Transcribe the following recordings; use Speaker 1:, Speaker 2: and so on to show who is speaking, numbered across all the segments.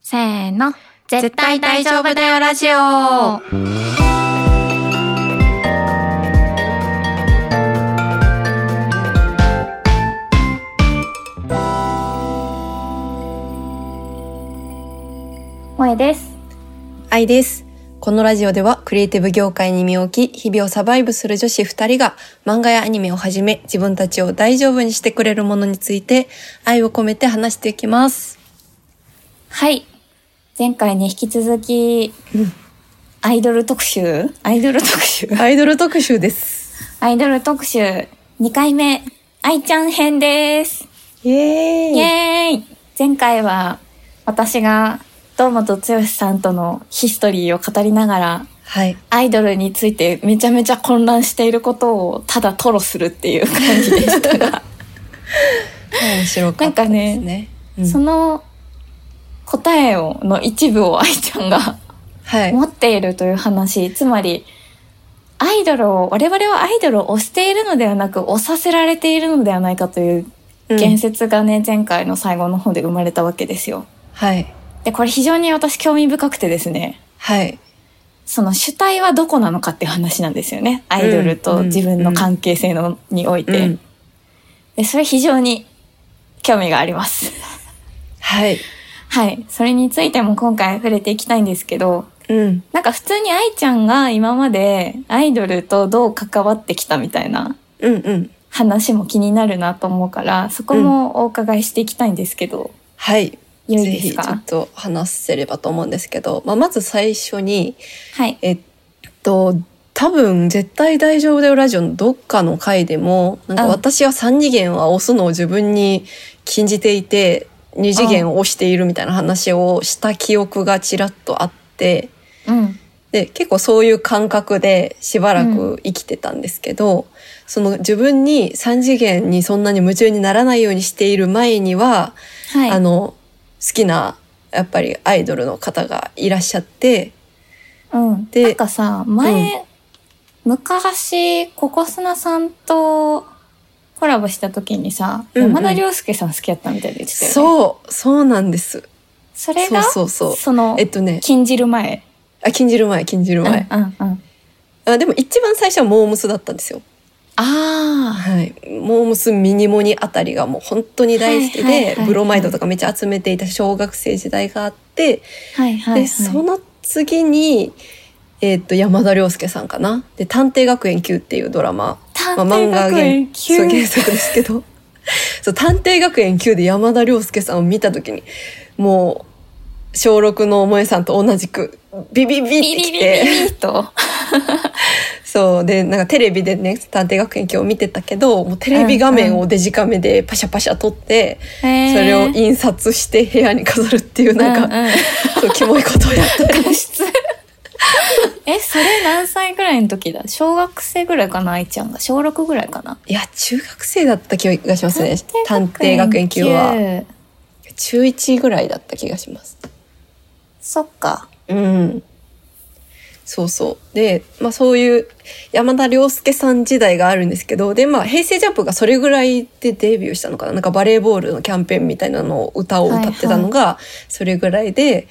Speaker 1: せーの。絶対大丈夫だよラジオ。萌えです。
Speaker 2: 愛です。このラジオではクリエイティブ業界に身を置き、日々をサバイブする女子2人が漫画やアニメをはじめ自分たちを大丈夫にしてくれるものについて愛を込めて話していきます。
Speaker 1: はい。前回に引き続き、アイドル特集アイドル特集
Speaker 2: アイドル特集です。
Speaker 1: アイドル特集2回目、愛ちゃん編です。
Speaker 2: イエーイ
Speaker 1: イエーイ前回は私が堂本剛さんとのヒストリーを語りながら
Speaker 2: はい。
Speaker 1: アイドルについてめちゃめちゃ混乱していることをただ吐露するっていう感じでしたが、
Speaker 2: 面白かったですね。うん
Speaker 1: その答えをの一部を愛ちゃんが
Speaker 2: はい。
Speaker 1: 持っているという話つまりアイドルを我々はアイドルを推しているのではなく推させられているのではないかという
Speaker 2: うん
Speaker 1: 言説がね、前回の最後の方で生まれたわけですよ。
Speaker 2: はい。
Speaker 1: でこれ非常に私興味深くてですね
Speaker 2: はい。
Speaker 1: その主体はどこなのかっていう話なんですよねアイドル
Speaker 2: うんう
Speaker 1: と
Speaker 2: ん
Speaker 1: 自分の関係性のにおいて、
Speaker 2: うん
Speaker 1: でそれ非常に興味があります
Speaker 2: はい。
Speaker 1: はいそれについても今回触れていきたいんですけど
Speaker 2: うん。
Speaker 1: なんか普通に愛ちゃんが今までアイドルとどう関わってきたみたいな
Speaker 2: うんうん。
Speaker 1: 話も気になるなと思うからそこもお伺いしていきたいんですけど、
Speaker 2: はい。
Speaker 1: 良い
Speaker 2: ぜ
Speaker 1: です
Speaker 2: ひちょ
Speaker 1: か
Speaker 2: っと話せればと思うんですけど、まあ、まず最初に、
Speaker 1: はい
Speaker 2: えっと、多分、絶対大丈夫だよラジオのどっかの回でも、なんか
Speaker 1: うん
Speaker 2: 私は三次元は押すのを自分に禁じていて、二次元を押しているみたいな話をした記憶がちらっとあって、
Speaker 1: うん
Speaker 2: で、結構そういう感覚でしばらく生きてたんですけど、その自分に三次元にそんなに夢中にならないようにしている前には、
Speaker 1: はい
Speaker 2: あの、好きな、やっぱりアイドルの方がいらっしゃって、
Speaker 1: うん、
Speaker 2: で
Speaker 1: なんかさ前、昔ココスナさんとコラボした時にさ、
Speaker 2: うんうん
Speaker 1: 山田涼介さん好きやったみたいで言ってたよね
Speaker 2: そう、そうなんです。
Speaker 1: それ
Speaker 2: そう
Speaker 1: が
Speaker 2: そうそう。
Speaker 1: その
Speaker 2: えっとね、
Speaker 1: 禁じる前
Speaker 2: あ、禁じる前、禁じる前。
Speaker 1: うんうんうん
Speaker 2: あでも一番最初はモームスだったんですよ。
Speaker 1: あ
Speaker 2: はい。モームスミニモニあたりがもう本当に大好きで、
Speaker 1: はいはいはいはい
Speaker 2: ブロマイドとかめっちゃ集めていた小学生時代があって、
Speaker 1: あはいはい、はい、
Speaker 2: で、その次に、えっと、山田涼介さんかな。で、探偵学園級っていうドラマ。
Speaker 1: 探
Speaker 2: まあ、漫
Speaker 1: 偵
Speaker 2: 画
Speaker 1: 学
Speaker 2: 原
Speaker 1: 園急
Speaker 2: そう原作ですけど。そう、探偵学園級で山田涼介さんを見たときに、もう、小6の萌えさんと同じく、ビビビって
Speaker 1: ビリ
Speaker 2: きて。
Speaker 1: ビリビリと
Speaker 2: そうでなんかテレビでね「探偵学園今日見てたけどもうテレビ画面をデジカメでパシャパシャ撮って、
Speaker 1: そ
Speaker 2: それを印刷して部屋に飾るっていうなんか、
Speaker 1: うんうん
Speaker 2: そうキモいことをやったり
Speaker 1: 画質えそれ何歳ぐらいの時だ小学生ぐらいかな愛ちゃんが小6ぐらいかない
Speaker 2: や中学生だった気がしますね探偵学
Speaker 1: 学園
Speaker 2: 園級は中1ぐらいだった気がします
Speaker 1: そっか。
Speaker 2: うんそうそうで、まあ、そういう山田涼介さん時代があるんですけどで、まあ、平成ジャンプがそれぐらいでデビューしたのかななんかバレーボールのキャンペーンみたいなのを歌を歌ってたのがそれぐらいで、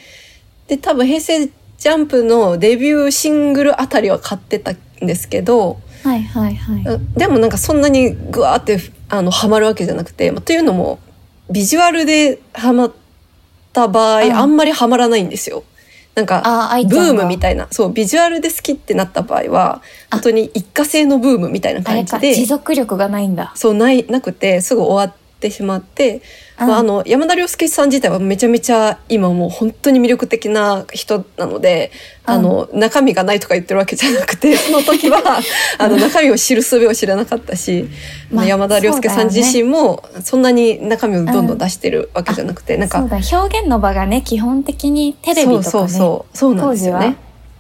Speaker 2: で多分平成ジャンプのデビューシングルあたりは買ってたんですけど
Speaker 1: はいはいはい。
Speaker 2: でもなんかそんなにグワーってあのハマるわけじゃなくて、まあ、というのもビジュアルでハマった場合、
Speaker 1: うん
Speaker 2: あんまりハマらないんですよ。なんか
Speaker 1: あー、愛ち
Speaker 2: ブ
Speaker 1: ゃん
Speaker 2: ー
Speaker 1: が
Speaker 2: ムみたいなそうビジュアルで好きってなった場合は
Speaker 1: あ
Speaker 2: 本当に一過性のブームみたいな
Speaker 1: あれ
Speaker 2: 感じ
Speaker 1: か、持
Speaker 2: で
Speaker 1: 続力がないんだ。
Speaker 2: そうないなくてすぐ終わってしまって、まあ、あ
Speaker 1: うん
Speaker 2: の山田涼介さん自体はめちゃめちゃ今もう本当に魅力的な人なので、
Speaker 1: うん
Speaker 2: あの中身がないとか言ってるわけじゃなく てその時はあの中身を知る術を知らなかったし、
Speaker 1: まあ
Speaker 2: 山田涼介さん自身もそんなに中身をどんど
Speaker 1: うん
Speaker 2: ん出してるわけじゃなくて、なん
Speaker 1: そう
Speaker 2: か
Speaker 1: だ、表現の場がね、基本的にテレビとかね、
Speaker 2: そうそうそうそうなん
Speaker 1: 当
Speaker 2: です
Speaker 1: 時
Speaker 2: よ
Speaker 1: は
Speaker 2: ね。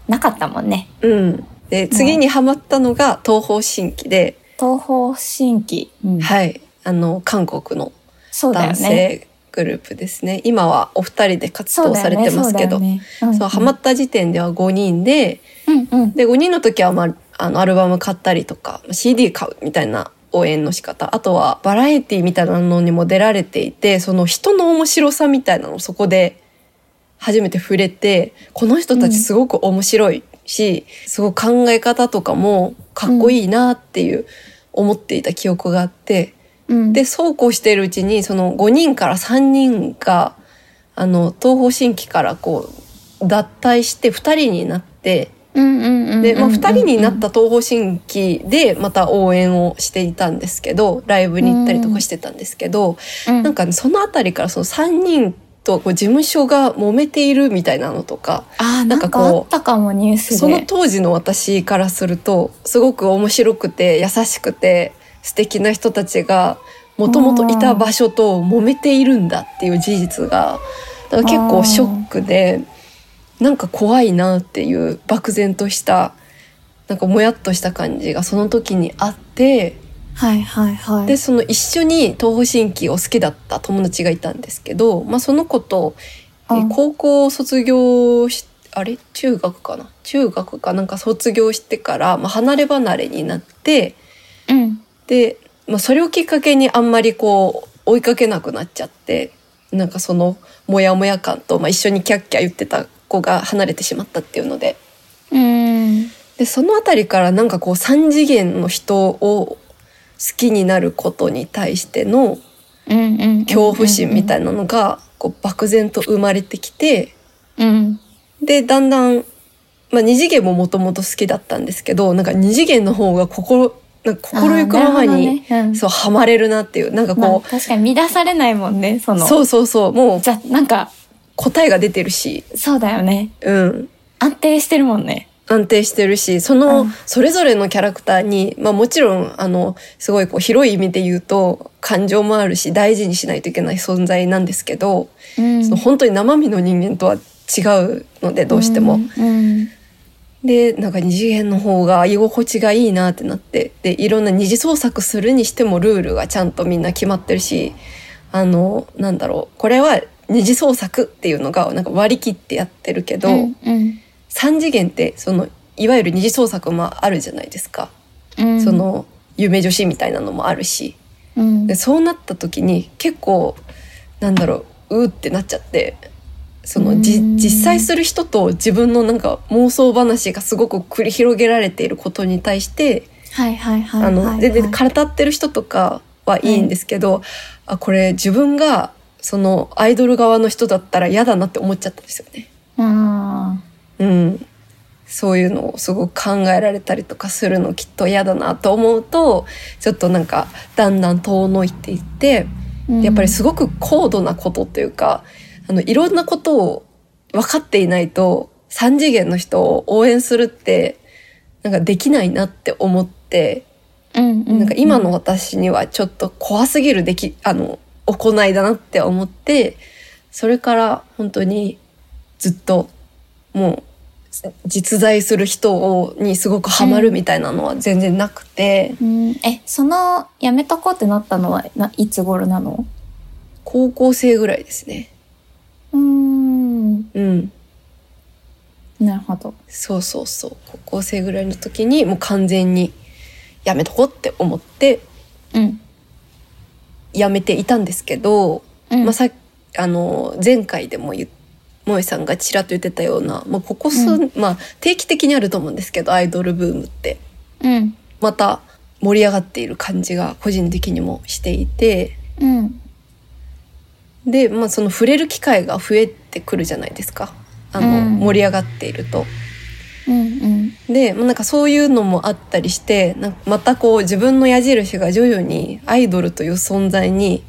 Speaker 1: なかったもんね。
Speaker 2: うん、で次にハマったのが東方神起で、
Speaker 1: 東方神起。うん
Speaker 2: はいあの韓国の
Speaker 1: そうだよ
Speaker 2: 男
Speaker 1: ね。
Speaker 2: 性グループですね今はお二人で活
Speaker 1: そう
Speaker 2: 動
Speaker 1: だ
Speaker 2: さ
Speaker 1: よ
Speaker 2: れ
Speaker 1: ね。
Speaker 2: てますけど
Speaker 1: そう
Speaker 2: そう、
Speaker 1: だよねうんうん
Speaker 2: ハマった時点では5人で
Speaker 1: うんうん。
Speaker 2: で5人の時は、まあ、あのアルバム買ったりとか CD 買うみたいな応援の仕方あとはバラエティみたいなのにも出られていてその人の面白さみたいなのをそこで初めて触れて、この人たちすごく面白いし、すごく考え方とかもかっこいいなっていう思っていた記憶があって、
Speaker 1: うん
Speaker 2: で、そうこうしているうちに、その5人から3人が、あの、東方神起からこう、脱退して2人になって、
Speaker 1: うんうんうんうん
Speaker 2: で、まあ、2人になった東方神起でまた応援をしていたんですけどライブに行ったりとかしてたんですけど、
Speaker 1: うん
Speaker 2: なんかねその辺りからその3人とこう事務所が揉めているみたいなのとか
Speaker 1: あーな
Speaker 2: な
Speaker 1: んん
Speaker 2: か
Speaker 1: か
Speaker 2: こ
Speaker 1: あ
Speaker 2: う
Speaker 1: ったかもニュースで
Speaker 2: その当時の私からするとすごく面白くて優しくて素敵な人たちがもともといた場所と揉めているんだっていう事実がなんか結構ショックでなんか怖いなっていう漠然としたなんかもやっとした感じがその時にあって
Speaker 1: はいはいはい
Speaker 2: でその一緒に東方神起を好きだった友達がいたんですけど、まあ、その子とえ
Speaker 1: うん
Speaker 2: 高校を卒業しあれ中学かな中学かなんか卒業してから、まあ、離れ離れになって
Speaker 1: うん
Speaker 2: で、まあ、それをきっかけにあんまりこう追いかけなくなっちゃってなんかそのモヤモヤ感と、まあ、一緒にキャッキャ言ってた子が離れてしまったっていうので
Speaker 1: うん
Speaker 2: でその辺りからなんかこう3次元の人を好きになることに対しての
Speaker 1: うんうんうん
Speaker 2: 恐怖心みた
Speaker 1: い
Speaker 2: いなのがこう漠然と生まれてきて
Speaker 1: なうん
Speaker 2: でだんだん、まあ、二次元ももともと好きだったんですけどなんか二次元の方が心なんか心ゆくままに、
Speaker 1: あーなるほどねうん
Speaker 2: そうハマれるなっていうなんか
Speaker 1: まあ
Speaker 2: こ、
Speaker 1: 確かに乱されないもんねそうの
Speaker 2: そうそうそうもう
Speaker 1: じゃなんか
Speaker 2: 答えが出てるし、
Speaker 1: そうだよね
Speaker 2: うん、
Speaker 1: 安定してるもんね
Speaker 2: 安定してるしその
Speaker 1: うん
Speaker 2: それぞれのキャラクターに、まあ、もちろんあのすごいこう広い意味で言うと感情もあるし大事にしないといけない存在なんですけど、
Speaker 1: うん
Speaker 2: その本当に生身の人間とは違うのでどうしても。
Speaker 1: うん
Speaker 2: でなんか二次元の方が居心地がいいなってなってでいろんな二次創作するにしてもルールがちゃんとみんな決まってるしあのなんだろうこれは二次創作っていうのがなんか割り切ってやってるけど、
Speaker 1: うんうん
Speaker 2: 三次元ってそのいわゆる二次創作もあるじゃないですか、
Speaker 1: うん
Speaker 2: その夢女子みたいなのもあるし
Speaker 1: うん
Speaker 2: でそうなった時に結構なんだろううーってなっちゃってそのじ
Speaker 1: うん
Speaker 2: 実際する人と自分のなんか妄想話がすごく繰り広げられていることに対して
Speaker 1: はいはいはい
Speaker 2: あ
Speaker 1: はい
Speaker 2: の全然語ってる人とかはいいんですけど、あこれ自分がそのアイドル側の人だったら嫌だなって思っちゃったんですよね。
Speaker 1: うん
Speaker 2: うん、そういうのをすごく考えられたりとかするのきっと嫌だなと思うとちょっとなんかだんだん遠のいていって
Speaker 1: うん
Speaker 2: やっぱりすごく高度なことというかあのいろんなことを分かっていないと3次元の人を応援するってなんかできないなって思って、
Speaker 1: うんうん
Speaker 2: なんか今の私にはちょっと怖すぎるできあの行いだなって思ってそれから本当にずっともう実在する人をにすごくハマるみたいなのは全然なくて、
Speaker 1: うんえそのやめとこうってなったのはないつ頃なの
Speaker 2: 高校生ぐらいですね。
Speaker 1: うん
Speaker 2: うん
Speaker 1: なるほど
Speaker 2: そうそうそう高校生ぐらいの時にもう完全にやめとこうって思って
Speaker 1: うん
Speaker 2: やめていたんですけど、
Speaker 1: うん
Speaker 2: まあ、さあの前回でも言もえさんがちらっと言ってたような、まあ、ここ数、
Speaker 1: う
Speaker 2: まあ定期的にあると思うんですけどアイドルブームって
Speaker 1: うん
Speaker 2: また盛り上がっている感じが個人的にもしていて
Speaker 1: うん
Speaker 2: で、まあ、その触れる機会が増えてくるじゃないですかあの、
Speaker 1: うん
Speaker 2: 盛り上がっていると。
Speaker 1: うんうん
Speaker 2: で、まあ、なんかそういうのもあったりしてなんかまたこう自分の矢印が徐々にアイドルという存在に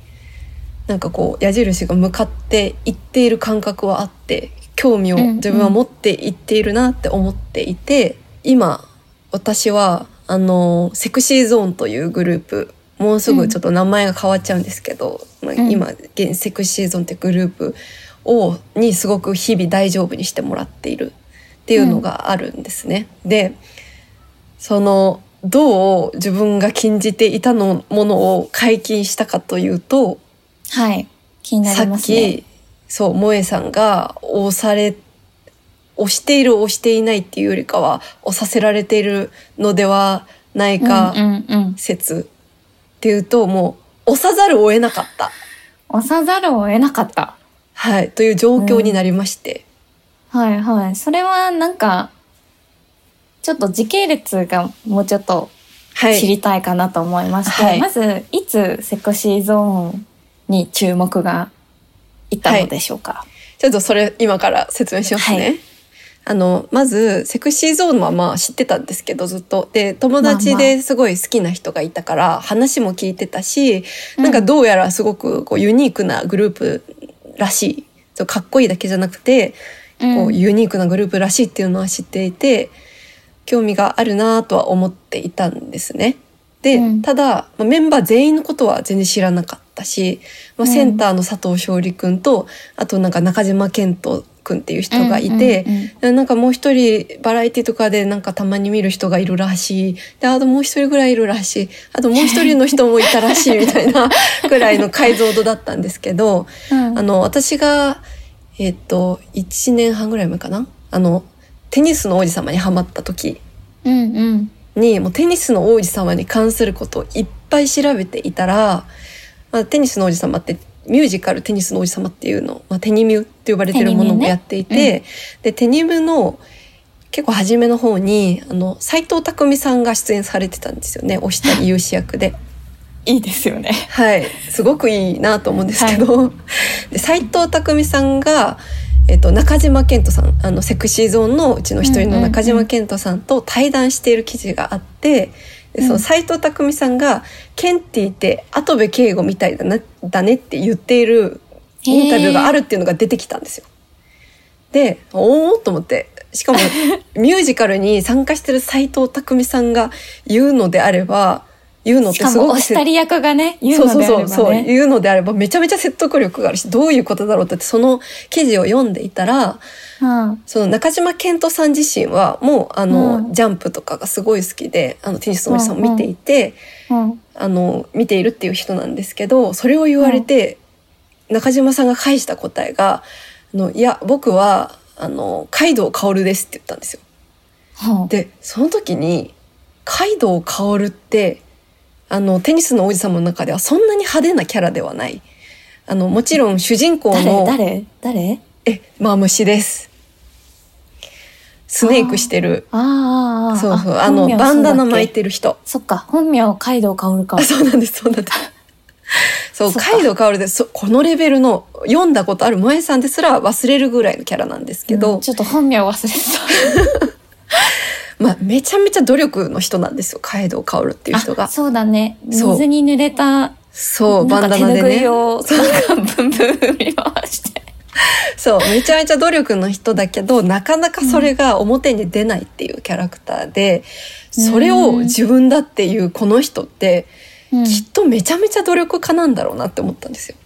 Speaker 2: なんかこう矢印が向かっていっている感覚はあって興味を
Speaker 1: うんうん
Speaker 2: 自分は持っていっているなって思っていて、今私はあのセクシーゾーンというグループもうすぐちょっと名前が変わっちゃうんですけど、まあ
Speaker 1: うん
Speaker 2: 今現セクシーゾーンってグループをにすごく日々大丈夫にしてもらっているっていうのがあるんですね。でそのどう自分が禁じていたのものを解禁したかというと、
Speaker 1: はい気にな
Speaker 2: さ
Speaker 1: り
Speaker 2: っ
Speaker 1: ますね
Speaker 2: きそう萌えさんが押され押している押していないっていうよりかは押させられているのではない
Speaker 1: うん
Speaker 2: か
Speaker 1: うんうん
Speaker 2: 説、っていうともう押さざるを得なかった。
Speaker 1: 押さざるを得なかった
Speaker 2: はい、という状況になりまして。
Speaker 1: はいはい。それはなんか、ちょっと時系列がもうちょっと
Speaker 2: はい。
Speaker 1: 知りたいかなと思いまして、
Speaker 2: はい
Speaker 1: まず、いつセクシーゾーンに注目がいったのでしょうか。
Speaker 2: ちょっとそれ今から説明しますね。
Speaker 1: はい
Speaker 2: あのまずセクシーゾーンはまあ知ってたんですけどずっとで友達
Speaker 1: まあま
Speaker 2: ですごい好きな人がいたから話も聞いてたし、
Speaker 1: うん
Speaker 2: なんかどうやらすごくこうユニークなグループらしいそうかっこいいだけじゃなくて、
Speaker 1: う
Speaker 2: こうんユニークなグループらしいっていうのは知っていて興味があるなとは思っていたんですね。で、
Speaker 1: うん
Speaker 2: ただ、まあメンバー全員のことは全然知らなかったし、まあ、
Speaker 1: うん
Speaker 2: センターの佐藤勝利くんと、あとなんか中島健人くんっていう人がいて、
Speaker 1: うんうんうん
Speaker 2: なんかもう一人バラエティとかでなんかたまに見る人がいるらしい。で、あともう一人ぐらいいるらしい。あともう一人の人もいたらしいみた いなぐらいの解像度だったんですけど、
Speaker 1: うん
Speaker 2: あの、私が、えっと、1年半ぐらい前かなあの、テニスの王子様にハマった時
Speaker 1: うんうん
Speaker 2: に、もうテニスの王子様に関することをいっぱい調べていたら、まあ、テニスの王子様ってミュージカルテニスの王子様っていうの、まあ、テニミュって呼ばれてるも
Speaker 1: テ
Speaker 2: の
Speaker 1: ニミュ
Speaker 2: も
Speaker 1: ね
Speaker 2: やっていて、で、テニミュの結構初めの方に、あの、斎藤匠さんが出演されてたんですよね。押したり勇士役で。
Speaker 1: いいです よね。
Speaker 2: はい、すごくいいなと思うんですけど、で斉藤匠さんが、えっと、中島健人さんあのセクシーゾーンのうちの一人の中島健人さんと対談している記事があって、でそうの
Speaker 1: ん
Speaker 2: 斉藤匠さんが「ケンティって跡部敬吾みたいだなだね」って言っているインタビューがあるっていうのが出てきたんですよ。でおおと思ってしかもミュージカルに参加してる斉藤匠さんが言うのであれば言うのっ
Speaker 1: してか
Speaker 2: す
Speaker 1: も、お
Speaker 2: ごく
Speaker 1: し
Speaker 2: 説
Speaker 1: たり役がね、言う
Speaker 2: そう
Speaker 1: のであればね。
Speaker 2: そうそうそう言うのであればめちゃめちゃ説得力があるしどういうことだろうってその記事を読んでいたら
Speaker 1: うん
Speaker 2: その中島健人さん自身はもうあの、
Speaker 1: うん
Speaker 2: ジャンプとかがすごい好きであのテニスのおじさんを見ていて、
Speaker 1: うん
Speaker 2: あの見ているっていう人なんですけどそれを言われて、中島さんが返した答えが「あのいや僕はあのカイドウ薫です」って言ったんですよ。
Speaker 1: うん
Speaker 2: でその時にカイドウ薫ってあのテニスの王子様の中ではそんなに派手なキャラではないあのもちろん主人公
Speaker 1: 誰
Speaker 2: の
Speaker 1: 誰誰
Speaker 2: えマムシですスネークしてる
Speaker 1: ああ。
Speaker 2: そうそうあ
Speaker 1: 本
Speaker 2: の
Speaker 1: 名
Speaker 2: バンダナ
Speaker 1: そうだっ
Speaker 2: 巻
Speaker 1: け
Speaker 2: いてる人
Speaker 1: そっか、本名はカイドウカオルか
Speaker 2: あ。そうなんですそうなんですそ う
Speaker 1: そっか
Speaker 2: カイドウ薫でそこのレベルの読んだことある萌えさんですら忘れるぐらいのキャラなんですけど、
Speaker 1: うんちょっと本名忘れ
Speaker 2: まあ、めちゃめちゃ努力の人なんですよカイドウ薫っていう
Speaker 1: た。
Speaker 2: 人が
Speaker 1: あそうだね。
Speaker 2: そう
Speaker 1: 水に濡れた、
Speaker 2: そう
Speaker 1: な
Speaker 2: バ
Speaker 1: ん
Speaker 2: ン
Speaker 1: か
Speaker 2: ダ
Speaker 1: 手
Speaker 2: ナで
Speaker 1: ぬぐい
Speaker 2: ね
Speaker 1: を、なんかブンブン振り回して。
Speaker 2: そう、めちゃめちゃ努力の人だけど、なかなかそれが表に出ないっていうキャラクターで、
Speaker 1: うん
Speaker 2: それを自分だっていうこの人って、
Speaker 1: うん
Speaker 2: きっとめちゃめちゃ努力家なんだろうなって思ったんですよ。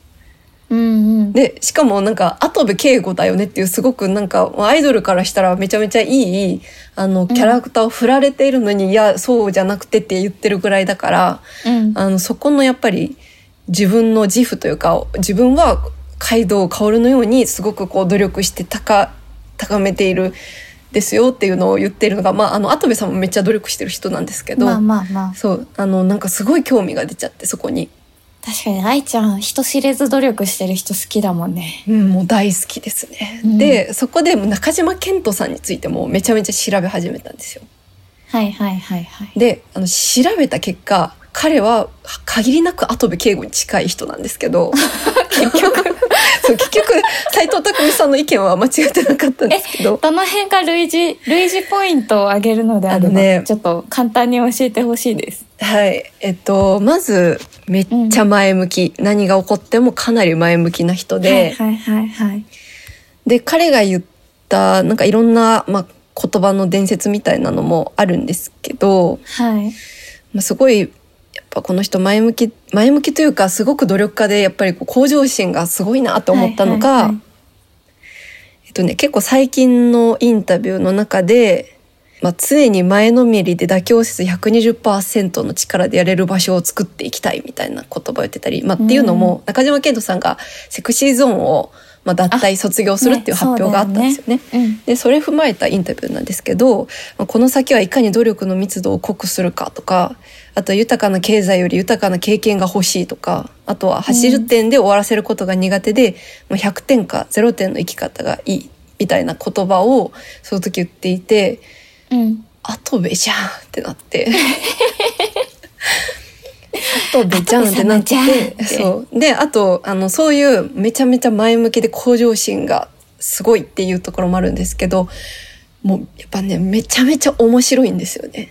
Speaker 1: うんうん。
Speaker 2: で、しかもなんか、後部敬吾だよねっていうすごくなんか、アイドルからしたらめちゃめちゃいい、あの、キャラクターを振られているのに、いや、そうじゃなくてって言ってるぐらいだから、
Speaker 1: うん
Speaker 2: あのそこのやっぱり自分の自負というか自分はカイドウ薫のようにすごくこう努力して高高めているですよっていうのを言ってるのが、まあ、あの跡部さんもめっちゃ努力してる人なんですけど、
Speaker 1: まあまあまあ。
Speaker 2: そうあのなんかすごい興味が出ちゃってそこに、
Speaker 1: 確かに、愛ちゃん、人知れず努力してる人好きだもんね。
Speaker 2: うん、もう大好きですね。
Speaker 1: うん
Speaker 2: でそこで中島健人さんについてもめちゃめちゃ調べ始めたんですよ。
Speaker 1: はいはいはいはい。
Speaker 2: であの調べた結果彼は限りなく跡部敬吾に近い人なんです けど結局そう結局斎藤工さんの意見は間違ってなかったんですけど
Speaker 1: どの辺が類似、類似ポイントを上げるのであれば、
Speaker 2: あのね
Speaker 1: ちょっと簡単に教えてほしいです。
Speaker 2: はいえっとまずめっちゃ前向き、何が起こってもかなり前向きな人で、
Speaker 1: はいはいはいはい。
Speaker 2: で彼が言ったなんかいろんな、まあ、言葉の伝説みたいなのもあるんですけど、
Speaker 1: はい。
Speaker 2: まあ、すごいやっぱこの人前向き前向きというかすごく努力家でやっぱりこう向上心がすごいなと思ったのが、
Speaker 1: はいはいはい
Speaker 2: えっとね結構最近のインタビューの中で、まあ、常に前のめりで妥協せず120%の力でやれる場所を作っていきたいみたいな言葉を言ってたり、まあ、っていうのも中島健人さんがセクシーゾーンをまあ脱退卒業するっていう発表があったんですよね。
Speaker 1: うん。
Speaker 2: でそれ踏まえたインタビューなんですけどまあこの先はいかに努力の密度を濃くするかとかあと豊かな経済より豊かな経験が欲しいとかあとは80点で終わらせることが苦手で、もう100点か0点の生き方がいいみたいな言葉をその時言っていて
Speaker 1: うん。
Speaker 2: 「後部じゃん!」ってな って。後部じゃんってなっ
Speaker 1: 後部様じゃんって
Speaker 2: てそうであとあのそういうめちゃめちゃ前向きで向上心がすごいっていうところもあるんですけどもうやっぱねめちゃめちゃ面白いんですよね。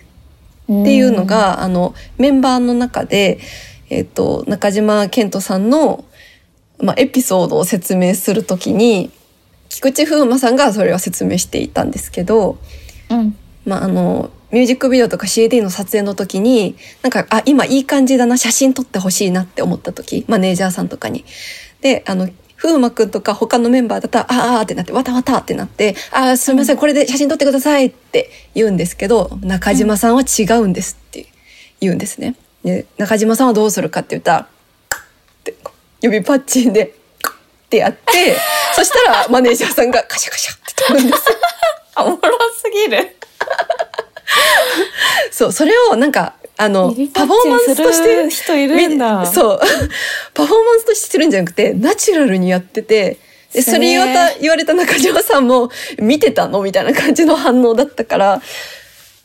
Speaker 1: っ
Speaker 2: っていうの、が、あの、メンバーの中で、えっ、と、中島健人さんの、まあ、エピソードを説明するときに、菊池風磨さんがそれを説明していたんですけど、
Speaker 1: うん。
Speaker 2: まあ、あの、ミュージックビデオとか CD の撮影の時に、なんか、あ、今いい感じだな、写真撮ってほしいなって思った時、マネージャーさんとかに。で、あの、風磨くんとか他のメンバーだったら、あーあーってなって、わたわたってなって、あーすみません、これで写真撮ってくださいって言うんですけど、中島さんは違うんですって言うんですね。で、中島さんはどうするかって言ったら、ってこう指パッチンで、ってやって、そしたらマネージャーさんがカシャカシャって撮るんですよ
Speaker 1: あ、おもろすぎる。
Speaker 2: そう、それをなんか、あの、パフォーマンスとして、
Speaker 1: 人いるんだ。
Speaker 2: み
Speaker 1: う。
Speaker 2: そう、 パフォーマンスとしてするんじゃなくて、ナチュラルにやってて、でそれ言わ
Speaker 1: へ
Speaker 2: れた言われた中島さんも、見てたのみたいな感じの反応だったから、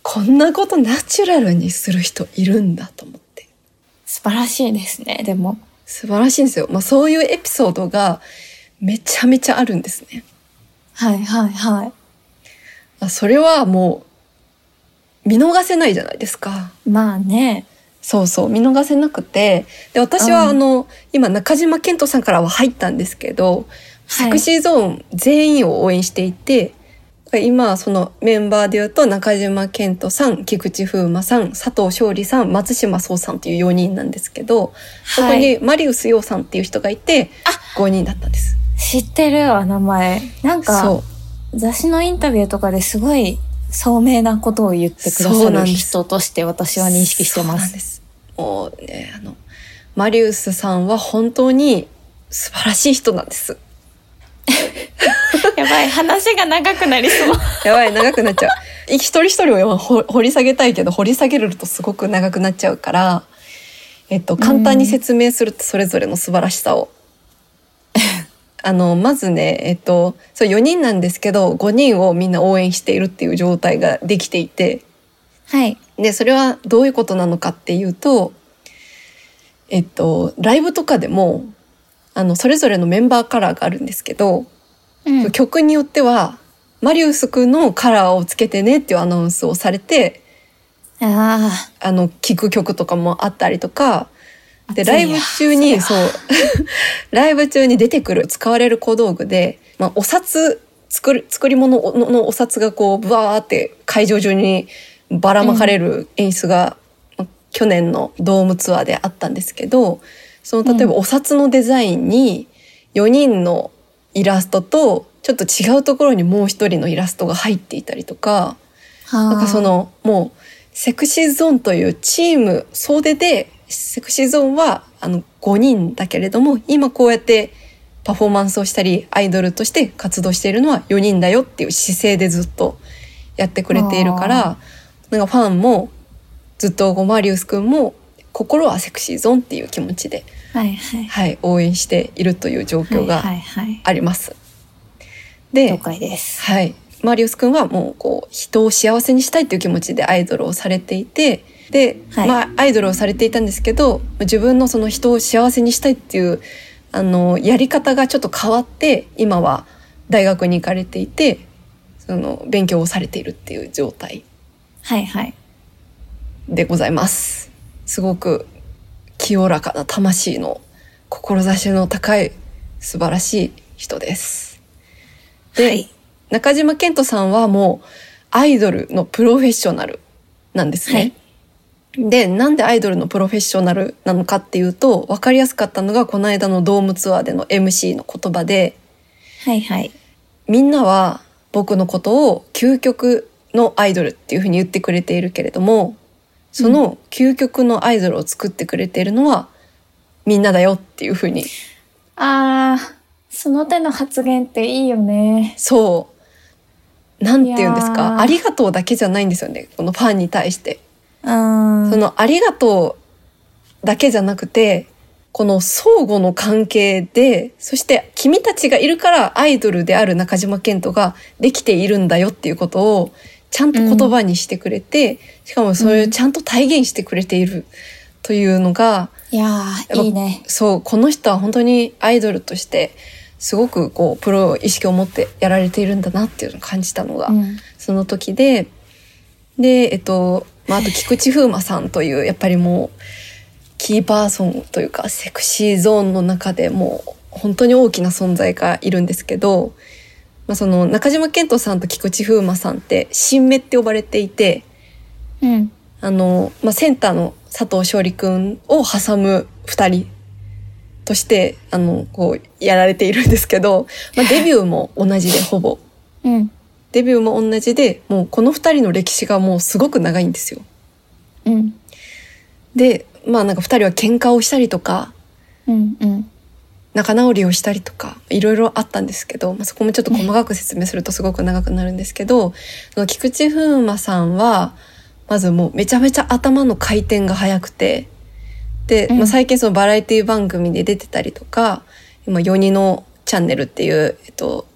Speaker 2: こんなことナチュラルにする人いるんだと思って。
Speaker 1: 素晴らしいですね、でも。
Speaker 2: 素晴らしいんですよ。まあそういうエピソードがめちゃめちゃあるんですね。
Speaker 1: はいはいは
Speaker 2: まあそれはもう、見逃せないじゃないですか。
Speaker 1: い。まあね。
Speaker 2: そうそう、見逃せなくて。で、私は
Speaker 1: うん
Speaker 2: あの、今中島健人さんからは入ったんですけど、
Speaker 1: はい
Speaker 2: セクシーゾーン全員を応援していて、今、そのメンバーで言うと、中島健人さん、菊池風磨さん、佐藤勝利さん、松島壮さんという4人なんですけど、そこ
Speaker 1: はい
Speaker 2: にマリウス洋さんっていう人がいて、5人だったんです。
Speaker 1: 知ってるわ、名前。なんか、
Speaker 2: そ
Speaker 1: 雑誌のインタビューとかですごい、聡明なことを言ってくださ
Speaker 2: そうなん
Speaker 1: る
Speaker 2: です
Speaker 1: 人として私
Speaker 2: う。
Speaker 1: は認識してま。
Speaker 2: そうなんですす。もうね、あの、マリウスさんは本当に素晴らしい人なんです。
Speaker 1: やばい、話が長くなりそう。
Speaker 2: やばい長くなっちゃう一人一人をほ掘り下げたいけど掘り下げるとすごく長くなっちゃうから、えっと、簡単に説明するとそれぞれの素晴らしさを。あのまずね、えっと、そう4人なんですけど5人をみんな応援しているっていう状態ができていて
Speaker 1: はい。
Speaker 2: でそれはどういうことなのかっていうと、えっと、ライブとかでもあのそれぞれのメンバーカラーがあるんですけど、
Speaker 1: うん。
Speaker 2: 曲によってはマリウスくんのカラーをつけてねっていうアナウンスをされて
Speaker 1: あ
Speaker 2: あの聴く曲とかもあったりとか
Speaker 1: あ。
Speaker 2: でライブ中に
Speaker 1: そ
Speaker 2: そうう ライブ中に出てくる使われる小道具で、まあ、お札作る作り物ののお札がこうブワーって会場中にばらまかれる演出が、まあ去年のドームツアーであったんですけどその例えばお札のデザインに4人のイラストとちょっと違うところにもう一人のイラストが入っていたりとか。
Speaker 1: な
Speaker 2: なんかそ、のもうセクシーゾーンというチーム総出でセクシーゾーンはあの5人だけれども今こうやってパフォーマンスをしたりアイドルとして活動しているのは4人だよっていう姿勢でずっとやってくれているからなんかファンもずっとこうマリウス君も心はセクシーゾーンっていう気持ちで、
Speaker 1: はいはい。
Speaker 2: はい、応援しているという状況
Speaker 1: は
Speaker 2: が
Speaker 1: いはい
Speaker 2: あります。
Speaker 1: はい。了
Speaker 2: で
Speaker 1: 解です。
Speaker 2: はい。マリウス君はもうこう人を幸せにしたいという気持ちでアイドルをされていて、で、
Speaker 1: はい
Speaker 2: まあアイドルをされていたんですけど、自分のその人を幸せにしたいっていう、あの、やり方がちょっと変わって、今は大学に行かれていて、その勉強をされているっていう状態
Speaker 1: はいはい。
Speaker 2: でございます。すごく清らかな魂の志の高い素晴らしい人です。で、
Speaker 1: はい
Speaker 2: 中島健人さんはもうアイドルのプロフェッショナルなんですね。で、なんでアイドルのプロフェッショナルなのかっていうと、わかりやすかったのがこの間のドームツアーでの MC の言葉で、
Speaker 1: はいはい。
Speaker 2: みんなは僕のことを究極のアイドルっていうふうに言ってくれているけれどもその究極のアイドルを作ってくれているのはみんなだよっていうふうに
Speaker 1: あー、その手の発言っていいよね。
Speaker 2: そうなんて言うんです
Speaker 1: いやー
Speaker 2: かありがとうだけじゃないんですよねこのファンに対して
Speaker 1: うん。
Speaker 2: そのありがとうだけじゃなくて、この相互の関係で、そして君たちがいるからアイドルである中島健人ができているんだよっていうことをちゃんと言葉にしてくれて、しかもそれをちゃんと体現してくれているというのが、
Speaker 1: いや
Speaker 2: ぱ
Speaker 1: ー、いいね。
Speaker 2: そう、この人は本当にアイドルとして、すごくこう、プロ意識を持ってやられているんだなっていうのを感じたのが、
Speaker 1: うん。
Speaker 2: その時で、で、えっと、まあ、あと菊池風磨さんという、やっぱりもう、キーパーソンというか、セクシーゾーンの中でもう、本当に大きな存在がいるんですけど、まあ、その、中島健人さんと菊池風磨さんって、新芽って呼ばれていて、
Speaker 1: うん。
Speaker 2: あの、まあ、センターの佐藤勝利くんを挟む二人として、あの、こう、やられているんですけど、まあ、デビューも同じで、ほぼ。
Speaker 1: うん。
Speaker 2: デビューも同じで、もうこの二人の歴史がもうすごく長いんですよ。
Speaker 1: うん。
Speaker 2: で、まあなんか二人は喧嘩をしたりとか、
Speaker 1: うん。うん。
Speaker 2: 仲直りをしたりとか、いろいろあったんですけど、まあ、そこもちょっと細かく説明するとすごく長くなるんですけど、あの菊池風磨さんは、まずもうめちゃめちゃ頭の回転が速くて、で、
Speaker 1: うん
Speaker 2: まあ、最近そのバラエティ番組で出てたりとか、今、ヨニのチャンネルっていう、えっと、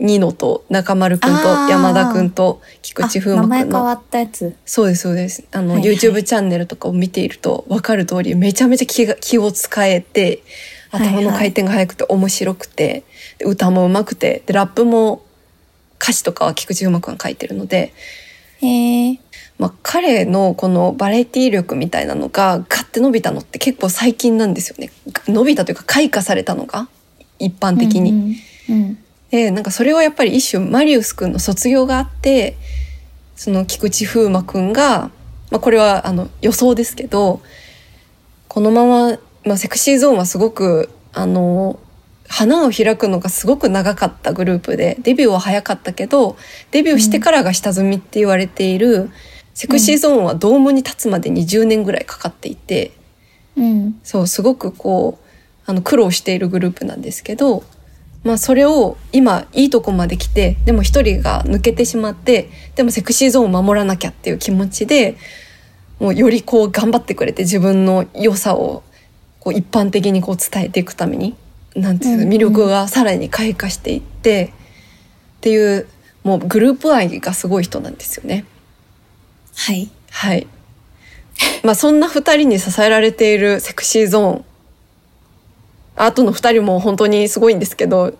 Speaker 2: ニノと中丸くんと
Speaker 1: あー
Speaker 2: 山田くんと菊
Speaker 1: あ
Speaker 2: 池風
Speaker 1: 名
Speaker 2: 磨
Speaker 1: 前
Speaker 2: く
Speaker 1: 変
Speaker 2: んの
Speaker 1: わったやつ。
Speaker 2: そうです、そうです。あの、
Speaker 1: はいはい
Speaker 2: YouTube チャンネルとかを見ていると分かる通り、めちゃめちゃ気が気を使えて、頭の回転が速くて面白くて、で歌も上手くて、で、ラップも歌詞とかは菊池風磨くんが書いてるので、
Speaker 1: へえ。
Speaker 2: まあ、彼のこのバラエティ力みたいなのがガッて伸びたのって結構最近なんですよね。が伸びたというか開花されたのが一般的に。
Speaker 1: うん。うん。
Speaker 2: でなんかそれはやっぱり一種マリウス君の卒業があってその菊池風磨君が、まあ、これはあの予想ですけどこのまま、まあ、セクシーゾーンはすごくあの花を開くのがすごく長かったグループでデビューは早かったけどデビューしてからが下積みって言われている、セクシーゾーンはドームに立つまでに10年ぐらいかかっていて。
Speaker 1: うん。
Speaker 2: そう、すごくこう、あの、苦労しているグループなんですけど、まあ、それを今、いいとこまで来て、でも一人が抜けてしまって、でもセクシーゾーンを守らなきゃっていう気持ちで、もうよりこう頑張ってくれて自分の良さをこう一般的にこう伝えていくために、なんていう
Speaker 1: うんうん
Speaker 2: 魅力がさらに開花していって、っていう、もうグループ愛がすごい人なんですよね。
Speaker 1: はい。
Speaker 2: はい。まあそんな二人に支えられているセクシーゾーン。あとの二人も本当にすごいんですけ ど。